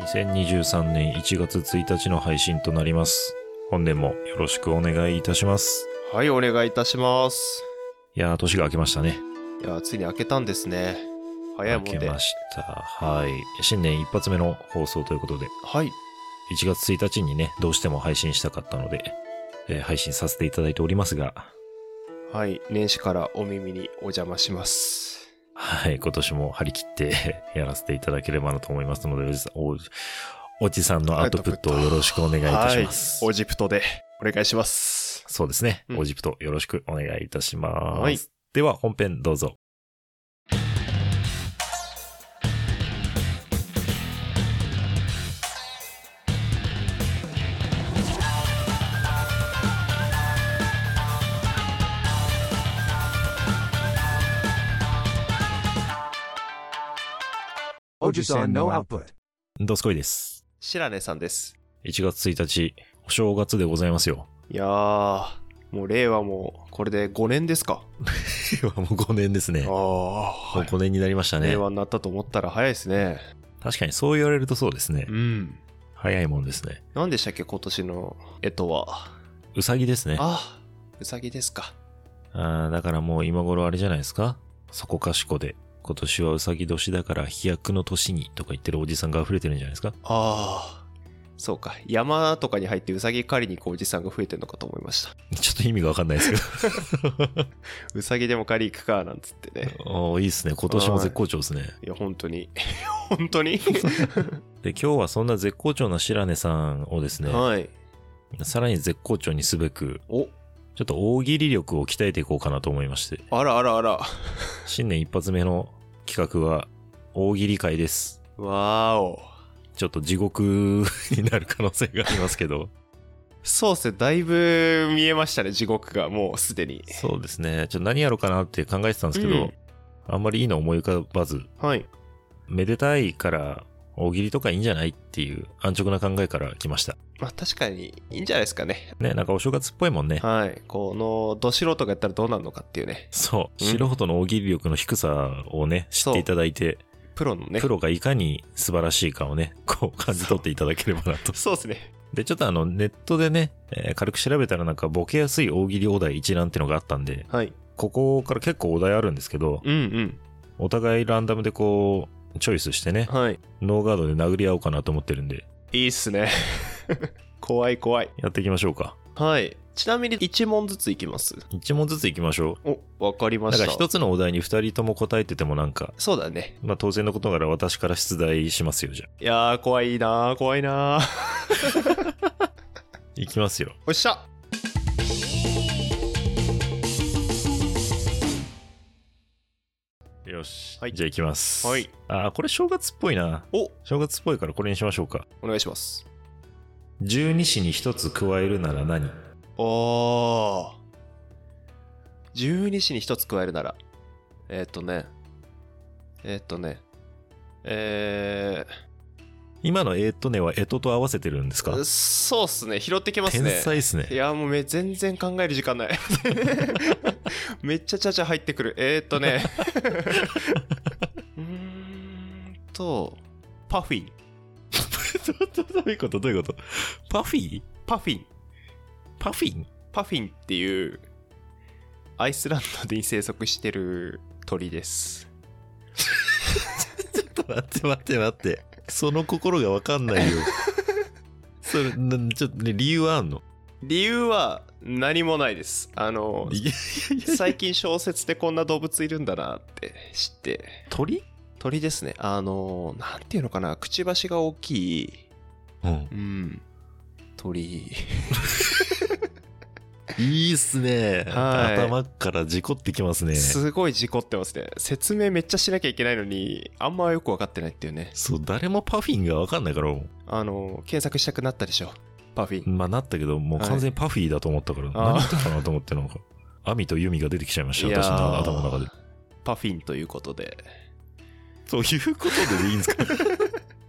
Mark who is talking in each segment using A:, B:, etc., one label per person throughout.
A: 2023年1月1日の配信となります。本年もよろしくお願いいたします。
B: はい、お願いいたします。
A: いやー、年が明けましたね。
B: いや、ついに開けたんですね。早いもん
A: 明け
B: で。
A: ました。はい。新年一発目の放送ということで、
B: はい。
A: 1月1日にね、どうしても配信したかったので、えー配信させていただいておりますが、
B: はい、年始からお耳にお邪魔します。
A: はい、今年も張り切って やらせていただければなと思いますので、おじさん、おおじさんのアウトプットをよろしくお願いいたします。
B: オジプトでお願いします。
A: そうですね。
B: うん
A: オジプトよろしくお願いいたします。
B: はい
A: では本編どうぞ。
C: Ojisan no output.
A: どすこいです。
B: 白根さんです。
A: 1月1日、お正月でございます よ。
B: いやー、もう令和もこれで5年ですか。
A: 令和も5年ですね。
B: あー、
A: もう
B: はい
A: 5年になりましたね
B: 令。和になったと思ったら早いですね。
A: 確かにそう言われるとそうですね
B: う。ん。
A: 早いもんですね。
B: 何でしたっけ、今年のえとは。
A: うさぎですね。
B: あ、うさぎですか。
A: あーだからもう今頃あれじゃないですかそこかしこで。今年はうさぎ年だから飛躍の年にとか言ってるおじさんが溢れてるんじゃないですか
B: ああ。そうか。山とかに入ってウサギ狩りに行くおじさんが増えてるのかと思い ました。
A: ちょっと意味がわかんないですけ
B: ウサギでも狩り行くか、なんつってね。
A: ど。 おーいいですね。今年も絶好調 ですね。
B: いや、本当に。 本当に
A: で、今日はそんな絶好調な白根さんをですね、
B: はい。
A: さらに絶好調にすべく、
B: お、
A: ちょっと大喜利力を鍛えていこうかなと思いまして、
B: あらあらあら。
A: 新年一発目の企画は大喜利会です。
B: わーお。
A: ちょっと地獄になる可能性がありますけど。
B: そうっすね。だいぶ見えましたね、地獄が。もうすでに。
A: そうですね。ちょっと何やろうかなって考えてたんですけど、
B: うん
A: あんまりいいの思い浮かばず、
B: はい。
A: めでたいから大喜利とかいいんじゃないっていう安直な考えから来ました。
B: まあ確かにいいんじゃないですかね。
A: ね、なんかお正月っぽいもんね。
B: はい。この、ど素人がやったらどうなるのかっていうね。
A: そう。
B: うん
A: 素人の大喜利力の低さをね、知っていただいて、
B: プロのね。
A: プロがいかに素晴らしいかをね、こう感じ取っていただければなと。
B: そうっすね。
A: で、ちょっとあの、ネットでね、えー軽く調べたらなんかボケやすい大喜利お題一覧っていうのがあったんで、
B: はい。
A: ここから結構お題あるんですけど、
B: うんうん。
A: お互いランダムでこう、チョイスしてね、
B: はい。
A: ノーガードで殴り合おうかなと思ってるんで、
B: いいっすね。 怖い怖い。
A: やっていきましょうか。
B: はい。ちなみに1問ずついきます。
A: 一問ずついきましょ
B: お、わかり
A: う。
B: ま
A: だ
B: し
A: か
B: た。
A: ら一つのお題に二人とも答えててもなんか、
B: そうだね。
A: まあ当然のことながら私から出題しますよ、じゃあ。
B: いやー、怖いなー、怖いなー。
A: いきますよ。
B: おっしゃ
A: よし。
B: はい
A: じゃあいきます。
B: はい。
A: あー、これ正月っぽいな。
B: お
A: 正月っぽいからこれにしましょうか。
B: お願いします。
A: 十二支に一つ加えるなら何
B: おー。十二支に一つ加えるなら。えー、っとね。えー、っとね。え
A: 今のえーっとねはえとと合わせてるんですか
B: ー、そうっすね。拾ってきます
A: 天
B: ね。
A: 才です
B: い
A: ね。
B: や、もうめ全然考える時間ない。 めっちゃちゃちゃ入ってくる。えー、っとね。 うーんと、パフィン。
A: どどういうことどういうことパフィー
B: パフィン。
A: パフ ィン
B: パフィンっていうアイスランドに生息してる鳥です。
A: ちょっと待って待って待って。その心がわかんないよ。 それ、なちょっとね、理由はあんの
B: 理由は何もないです。あの、
A: いや
B: 最近小説でこんな動物いるんだなって知って。
A: 鳥
B: 鳥ですね。あの、なんていうのかな、くちばしが大きい、
A: うん。
B: うん、鳥。
A: いいっすね。
B: はい
A: 頭から事故ってきますね。
B: すごい事故ってますね。説明めっちゃしなきゃいけないのに、あんまよくわかってないっていうね。
A: そう、誰もパフィンがわかんないから、
B: あの、検索したくなったでしょ。パフィン。
A: まあなったけど、もう
B: はい
A: 完全にパフィーだと思ったから、
B: あー
A: 何だったかなと思って、なんか、アミとユミが出てきちゃいまし
B: い
A: た、
B: やー
A: 私の頭の中で。
B: パフィンということで。
A: そういうことでいいんですか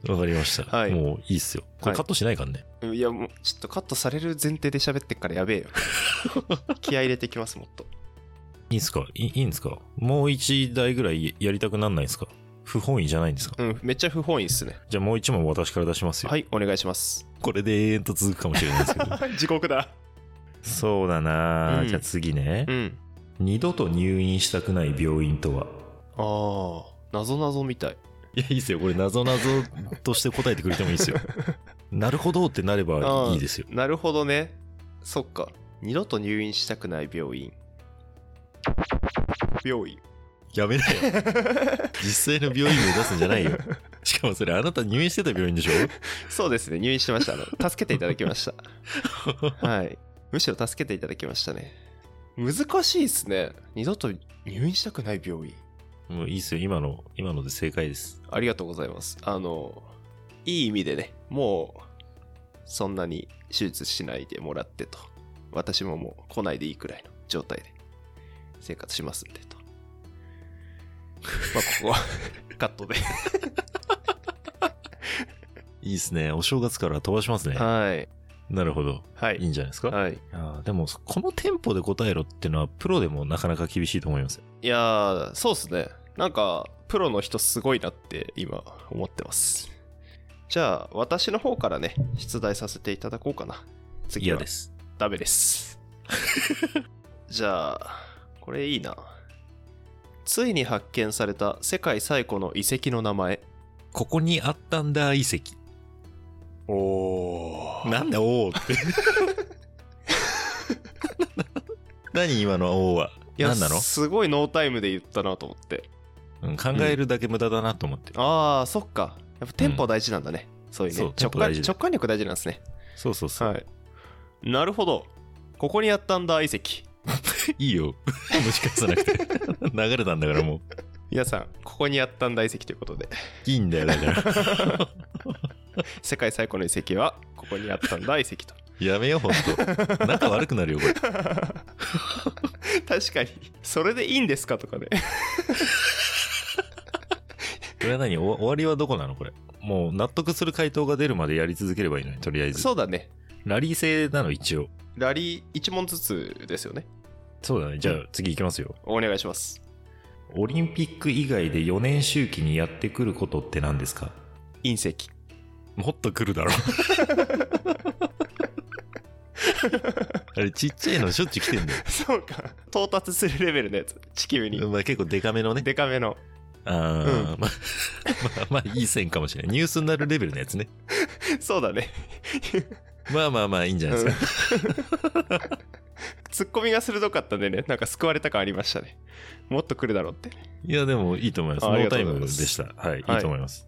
A: わかりました。
B: はい
A: もういいっすよ。これカットしないからね。
B: いやもうちょっとカットされる前提で喋ってっからやべえ よ気合い入れてきますもっと
A: いいんすかいいいんすかもう一台ぐらいやりたくなんないんすか不本意じゃないんですか
B: うん、めっちゃ不本意っすね。
A: じゃあもう一問私から出しますよ。
B: はい、お願いします。
A: これで永遠と続くかもしれないですけど。
B: 地獄だ。
A: そうだな、
B: うん
A: じゃあ次ね、
B: うん。
A: 二度と入院したくない病院とは
B: ああ、なぞなぞみたい。
A: いや、いいですよ。これ、なぞなぞとして答えてくれてもいいですよ。 なるほどってなればいいですよ。
B: なるほどね。そっか。二度と入院したくない病院。病院。
A: やめなよ。実際の病院目指すんじゃないよ。 しかもそれ、あなた入院してた病院でしょ
B: そうですね、入院してまし た。あの、助けていただきました。はい。むしろ助けていただきましたね。難しいっすね。二度と入院したくない病院。
A: もういいですよ。今の、今ので正解です。
B: ありがとうございます。あの、いい意味でね、もう、そんなに手術しないでもらってと。私ももう来ないでいいくらいの状態で生活しますん でと。まあ、ここは カットで。
A: いいですね。お正月から飛ばしますね。
B: はい。
A: なるほど。
B: はい
A: い
B: い。
A: んじゃないですか。
B: はい。
A: あーでも、このテンポで答えろってのは、プロでもなかなか厳しいと思いますよ。
B: いやー、そうっすね。なんか、プロの人すごいなって今思ってます。じゃあ、私の方からね、出題させていただこうかな。次
A: 嫌
B: は
A: です。
B: ダメです。 じゃあ、これいいな。ついに発見された世界最古の遺跡の名前。
A: ここにあったんだ、遺跡。
B: おー。
A: なんだ、おーって。 何今のおーは。何なの
B: すごいノータイムで言ったなと思って。
A: うん、考えるだけ無駄だなと思ってる、
B: あー、そっか。やっぱテンポ大事なんだね。そういうね
A: そう
B: 直
A: テンポ大
B: 感。
A: 事
B: 直感力大事なんですね。
A: そうそうそう、
B: はい。なるほど。ここにあったんだ遺跡。
A: い、いよ もしかさなくて 流れたんだからもう
B: 皆さん、ここにあったんだ遺跡ということで、
A: いいんだよだから
B: 世界最古の遺跡はここにあったんだ遺跡と。
A: やめようほんと仲悪くなるよこれ
B: 確かに、それでいいんですかとかね。
A: これは何お終わりはどこなのこれもう納得する回答が出るまでやり続ければいいのにとりあえず
B: そうだね。
A: ラリー制なの一応
B: ラリー1問ずつですよね。
A: そうだねじゃあ次行きますよ
B: お願いします。
A: オリンピック以外で4年周期にやってくることって何ですか
B: 隕石。
A: もっと来るだろ あれちっちゃいのしょっちゅう来てんだよ
B: そうか。到達するレベルのやつ。地球 に。
A: まあ結構デカめのね
B: デカめの。
A: ああ、 まあ、まあ、まあ、いい線かもしれない。ニュースになるレベルのやつね。
B: そうだね。
A: まあまあまあ、いいんじゃないですか。
B: ツッコミが鋭かったんでね、なんか救われた感ありましたね。もっと来るだろうって。
A: いや、でもいいと思います。
B: あ
A: ノ
B: あり
A: ー
B: が
A: タイ
B: とうござ
A: ムで
B: います
A: した。はい、
B: はい
A: いいと思います。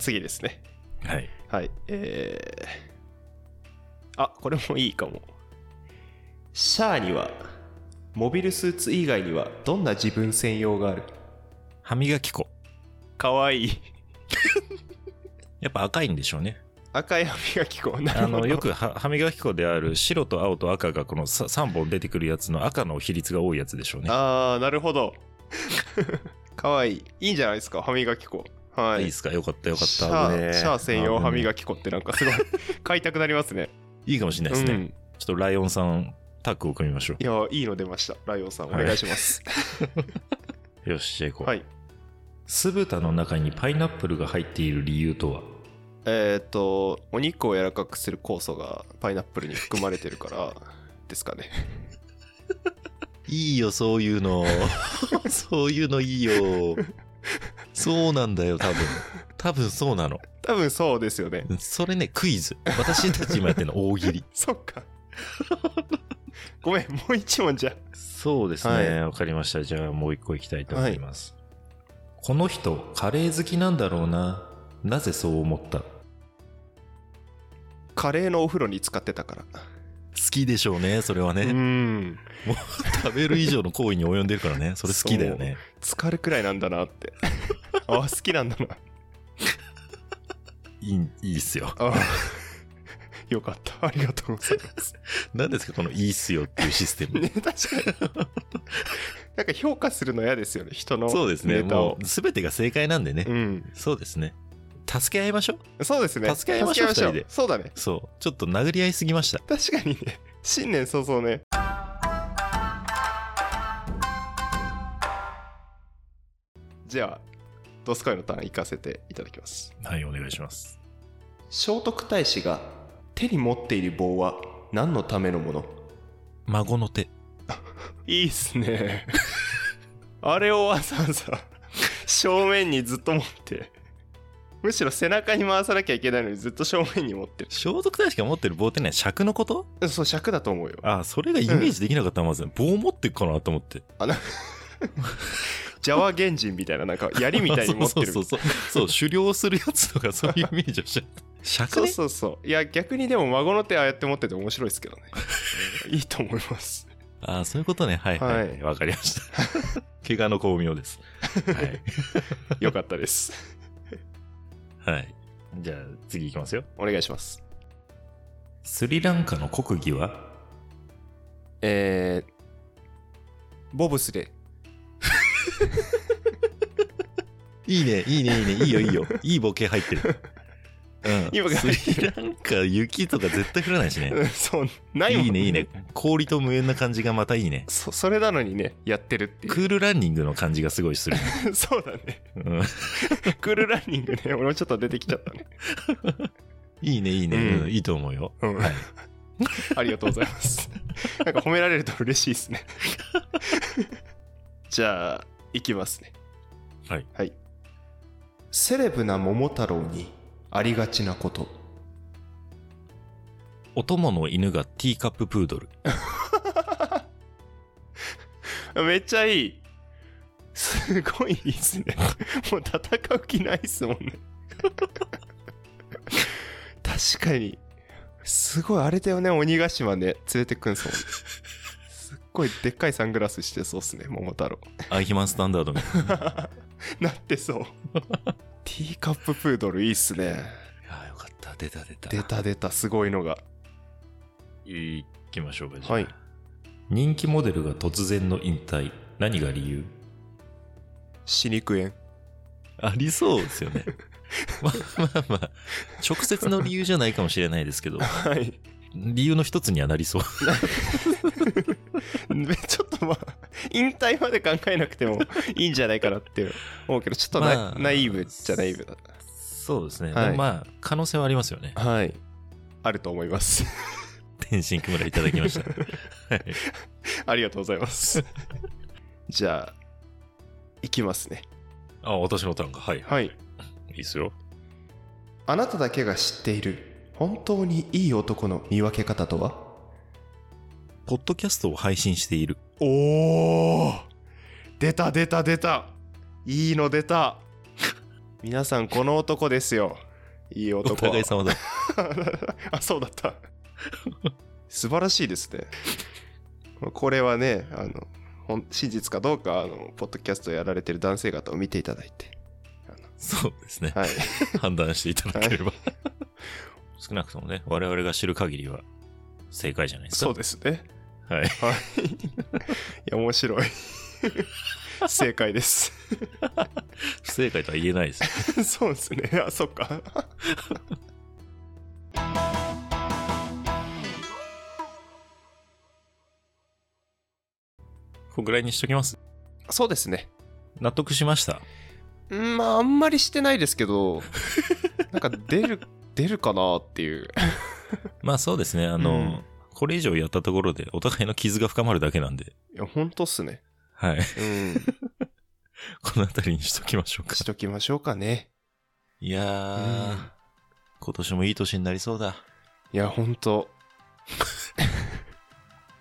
B: 次ですね。
A: はい。
B: はい。えー、あ、これもいいかも。シャアには、モビルスーツ以外にはどんな自分専用がある
A: 歯磨き粉。
B: かわいい。
A: やっぱ赤いんでしょうね。
B: 赤い歯磨き粉。なる
A: あ
B: ほ
A: の、
B: ど
A: よくは歯磨き粉である白と青と赤がこの3本出てくるやつの赤の比率が多いやつでしょうね。
B: あー、なるほど。かわいい。いいんじゃないですか、歯磨き粉。はいい。
A: いですかよかったよかった。
B: シャア
A: 危ねえ
B: シャア専用歯
A: 危ね
B: 磨き粉ってなんかすごい買いたくなりますね。
A: えいいかもしれないですね。ちょっとライオンさん、タッグを組みましょ
B: うん、いやいいの出ましたライオンさんお願いします。
A: う。よし、じゃあ行こう。
B: はい。
A: 酢豚の中にパイナップルが入っている理由とは
B: えっ、とお肉を柔らかくする酵素がパイナップルに含まれてるから ですかね。
A: いいよ、そういうの。 そういうのいいよ。そうなんだよ、多分。多分そうなの。
B: 多分そうですよね。
A: それね、クイズ。私たち今やってるの大喜利。
B: そっか。 ごめんもう一問じゃ。
A: そうです
B: はい
A: ね。わ、かりました。じゃあもう一個いきたいと思います。この人、カレー好きなんだろうな。なぜそう思った好
B: カレーのお風呂に使ってたから。
A: きでしょうね、それは
B: う
A: ね。
B: ん。
A: 食べる以上の行為に及んでるからね。それ好きだよね。
B: 疲るくらいなんだなって。 あ好きなんだな。
A: いい、いいっすよ。
B: あ よかった。ありがとう ございます。
A: 何ですか、このいいっすよっていうシステム。
B: ね、確かに。 なんか評価するの嫌ですよね、人 の
A: そうですね。
B: ネタ
A: も
B: を。
A: う、すべてが正解なんでね。
B: うん。
A: そうですね。助け合いましょう。
B: そうですね。
A: 助け合いましょう
B: 助
A: 二人で
B: そうだね。
A: そう。ちょっと殴り合いすぎました。
B: 確かにね。新年早々ね。じゃあ、ドスカイのターン行かせていただきます
A: はい、お願いします。
B: 聖徳太子が手に持っている棒は何のためのもの
A: 孫の手。
B: いいっすね あれをわざわざ正面にずっと持ってむしろ背中に回さなきゃいけないのにずっと正面に持ってる
A: 聖徳太子が持ってる棒ってね、尺のこと
B: そう尺だと思う よ
A: あ、それがイメージできなかった、まず。棒持ってっかなと思って。
B: ジャワ原人みたいななんか槍みたいに持ってる
A: そうそうそうそう。そう、狩猟するやつとかそう いうイメージをしちゃった。尺
B: そう
A: ね。
B: そうそういや逆にでも孫の手ああやって持ってて面白いですけどね いいと思います
A: あ、そういうことね。はい、
B: は
A: はいい。わ、かりま した。怪我の巧妙です。はい。
B: よかったです
A: はい。じゃあ、次いきますよ。
B: お願いします
A: スリランカの国技は
B: えー、ボブスレ
A: いいね、いいね、いいね。いいよ、いいよ。いいボケ入ってる。うん。
B: いいボケ入ってる
A: スリランカ、雪とか絶対降らないしね。
B: ー そうないもん
A: いいね、いいね。氷と無縁な感じがまたいいね。
B: そそれなのにねやってるってい
A: クールランニングの感じがすごいするね。
B: う そうだね
A: うん
B: クールランニングね俺もちょっと出てきちゃったね、
A: いいね、いいね、
B: うん
A: うんいいと思うよ。
B: うん、
A: はい。
B: ありがとうござい ますなんか褒められると嬉しいですね じゃあいきますね
A: はい、
B: はい、セレブな桃太郎にありがちなこと
A: お供の犬がティーカッププードル。
B: めっちゃいい。すごいいいっ すね。もう戦う気ないっすもんね。確かに。すごいあれだよね、鬼ヶ島ね、連れてくんすもんね。すっごいでっかいサングラスしてそうっすね、桃太郎。
A: アイヒマンスタンダードみ たいな。い
B: なってそう。ティーカッププードルいいっすね。
A: やーよかった。出た出た。
B: 出た出た、すごいのが。
A: 行きましょうか、じゃあ
B: はい。
A: 人気モデルが突然の引退。何が理由
B: 死肉炎。
A: ありそうですよ ね。まあまあまあ、直接の理由じゃないかもしれないですけど、
B: はい。
A: 理由の一つにはなりそう。
B: ねちょっとまあ、引退まで考えなくてもいいんじゃないかなって思うけど、ちょっとな、
A: まあ
B: ナイーブじゃナイーブだ。
A: そうですね。
B: はい
A: でもまあ、可能性はありますよね。
B: はい。あると思います。
A: 天津木村いただきました。 はい
B: ありがとうございます。じゃあ、いきますね。
A: あ、私のターンか。はい。
B: はい。
A: いいっすよ。
B: あなただけが知っている本当にいい男の見分け方とは
A: ポッドキャストを配信している。
B: おー出た出た出たいいの出た皆さんこの男ですよ。いい男。
A: お互い様だ。
B: あそうだった素晴らしいですねこれはねあのほん真実かどうかあのポッドキャストをやられてる男性方を見ていただいて
A: そうですね。
B: はい
A: 判断していただければ。少なくともね、我々が知る限りは正解じゃないです
B: そ
A: か
B: う。ですね
A: はい。
B: はいいや面白い正解です
A: 不正解とは言えないです。
B: そうですねあそっか
A: こんぐらいにしときます。
B: そうですね
A: 納得しました。
B: うんまああんまりしてないですけど なんか出る出るかなっていう
A: まあそうですね。あの、
B: うん
A: これ以上やったところでお互いの傷が深まるだけなんで、
B: いや本当っすね
A: はい。
B: うん
A: この辺りにしときましょうか
B: し。ときましょうかね
A: いやー、
B: うん
A: 今年もいい年になりそうだ。
B: いや本当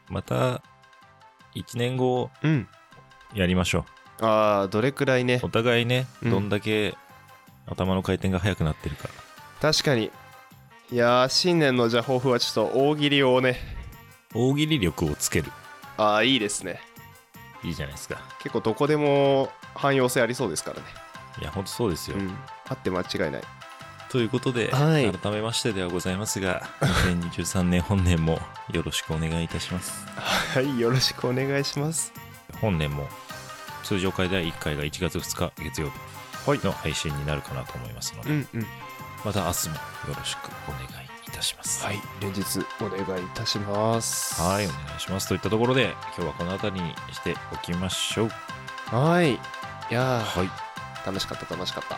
A: また、1年後
B: うん
A: やりましょ
B: ああどれくらいね
A: う。お互いね、
B: うん
A: どんだけ頭の回転が速くなってるか。
B: 確かにいやー新年のじゃあ抱負はちょっと大喜利をね
A: 大喜利力をつける。
B: ああいいですね
A: いいじゃないですか。
B: 結構どこでも汎用性ありそうですからね
A: いや、ほんとそうですよ。
B: うんあって間違い ない
A: ということで、
B: はい
A: 改めましてではございます が、2023年本年もよろしくお願いいたします。
B: はいよろしくお願いします
A: 本年も通常回第1回が1月2日月曜日の配信になるかなと思いますので、
B: うんうん
A: また明日もよろしくお願いいたします。
B: はい連日お願いいたします
A: はい、お願いします。といったところで、今日はこの辺りにしておきましょう。
B: はいいやー
A: はい。
B: 楽しかった楽しかった
A: い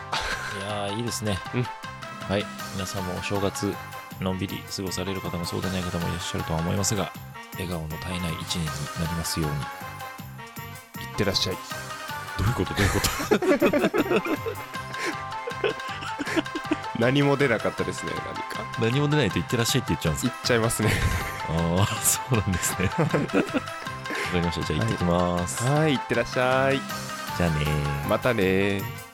A: やーいいですね、
B: うん
A: はい皆さんもお正月のんびり過ごされる方もそうでない方もいらっしゃるとは思いますが笑顔の絶えない一年になりますように
B: いってらっしゃい
A: どういうことどういうこと
B: 何も出なかったですね何か
D: 何も出ないと言ってらっしゃいって言っちゃうんです
B: いっ
D: か
B: ちゃいますね
D: ああそうなんです ねわかりましたじゃあ行ってきます、
B: はいいってらっしゃい
D: じゃあねー
B: またねー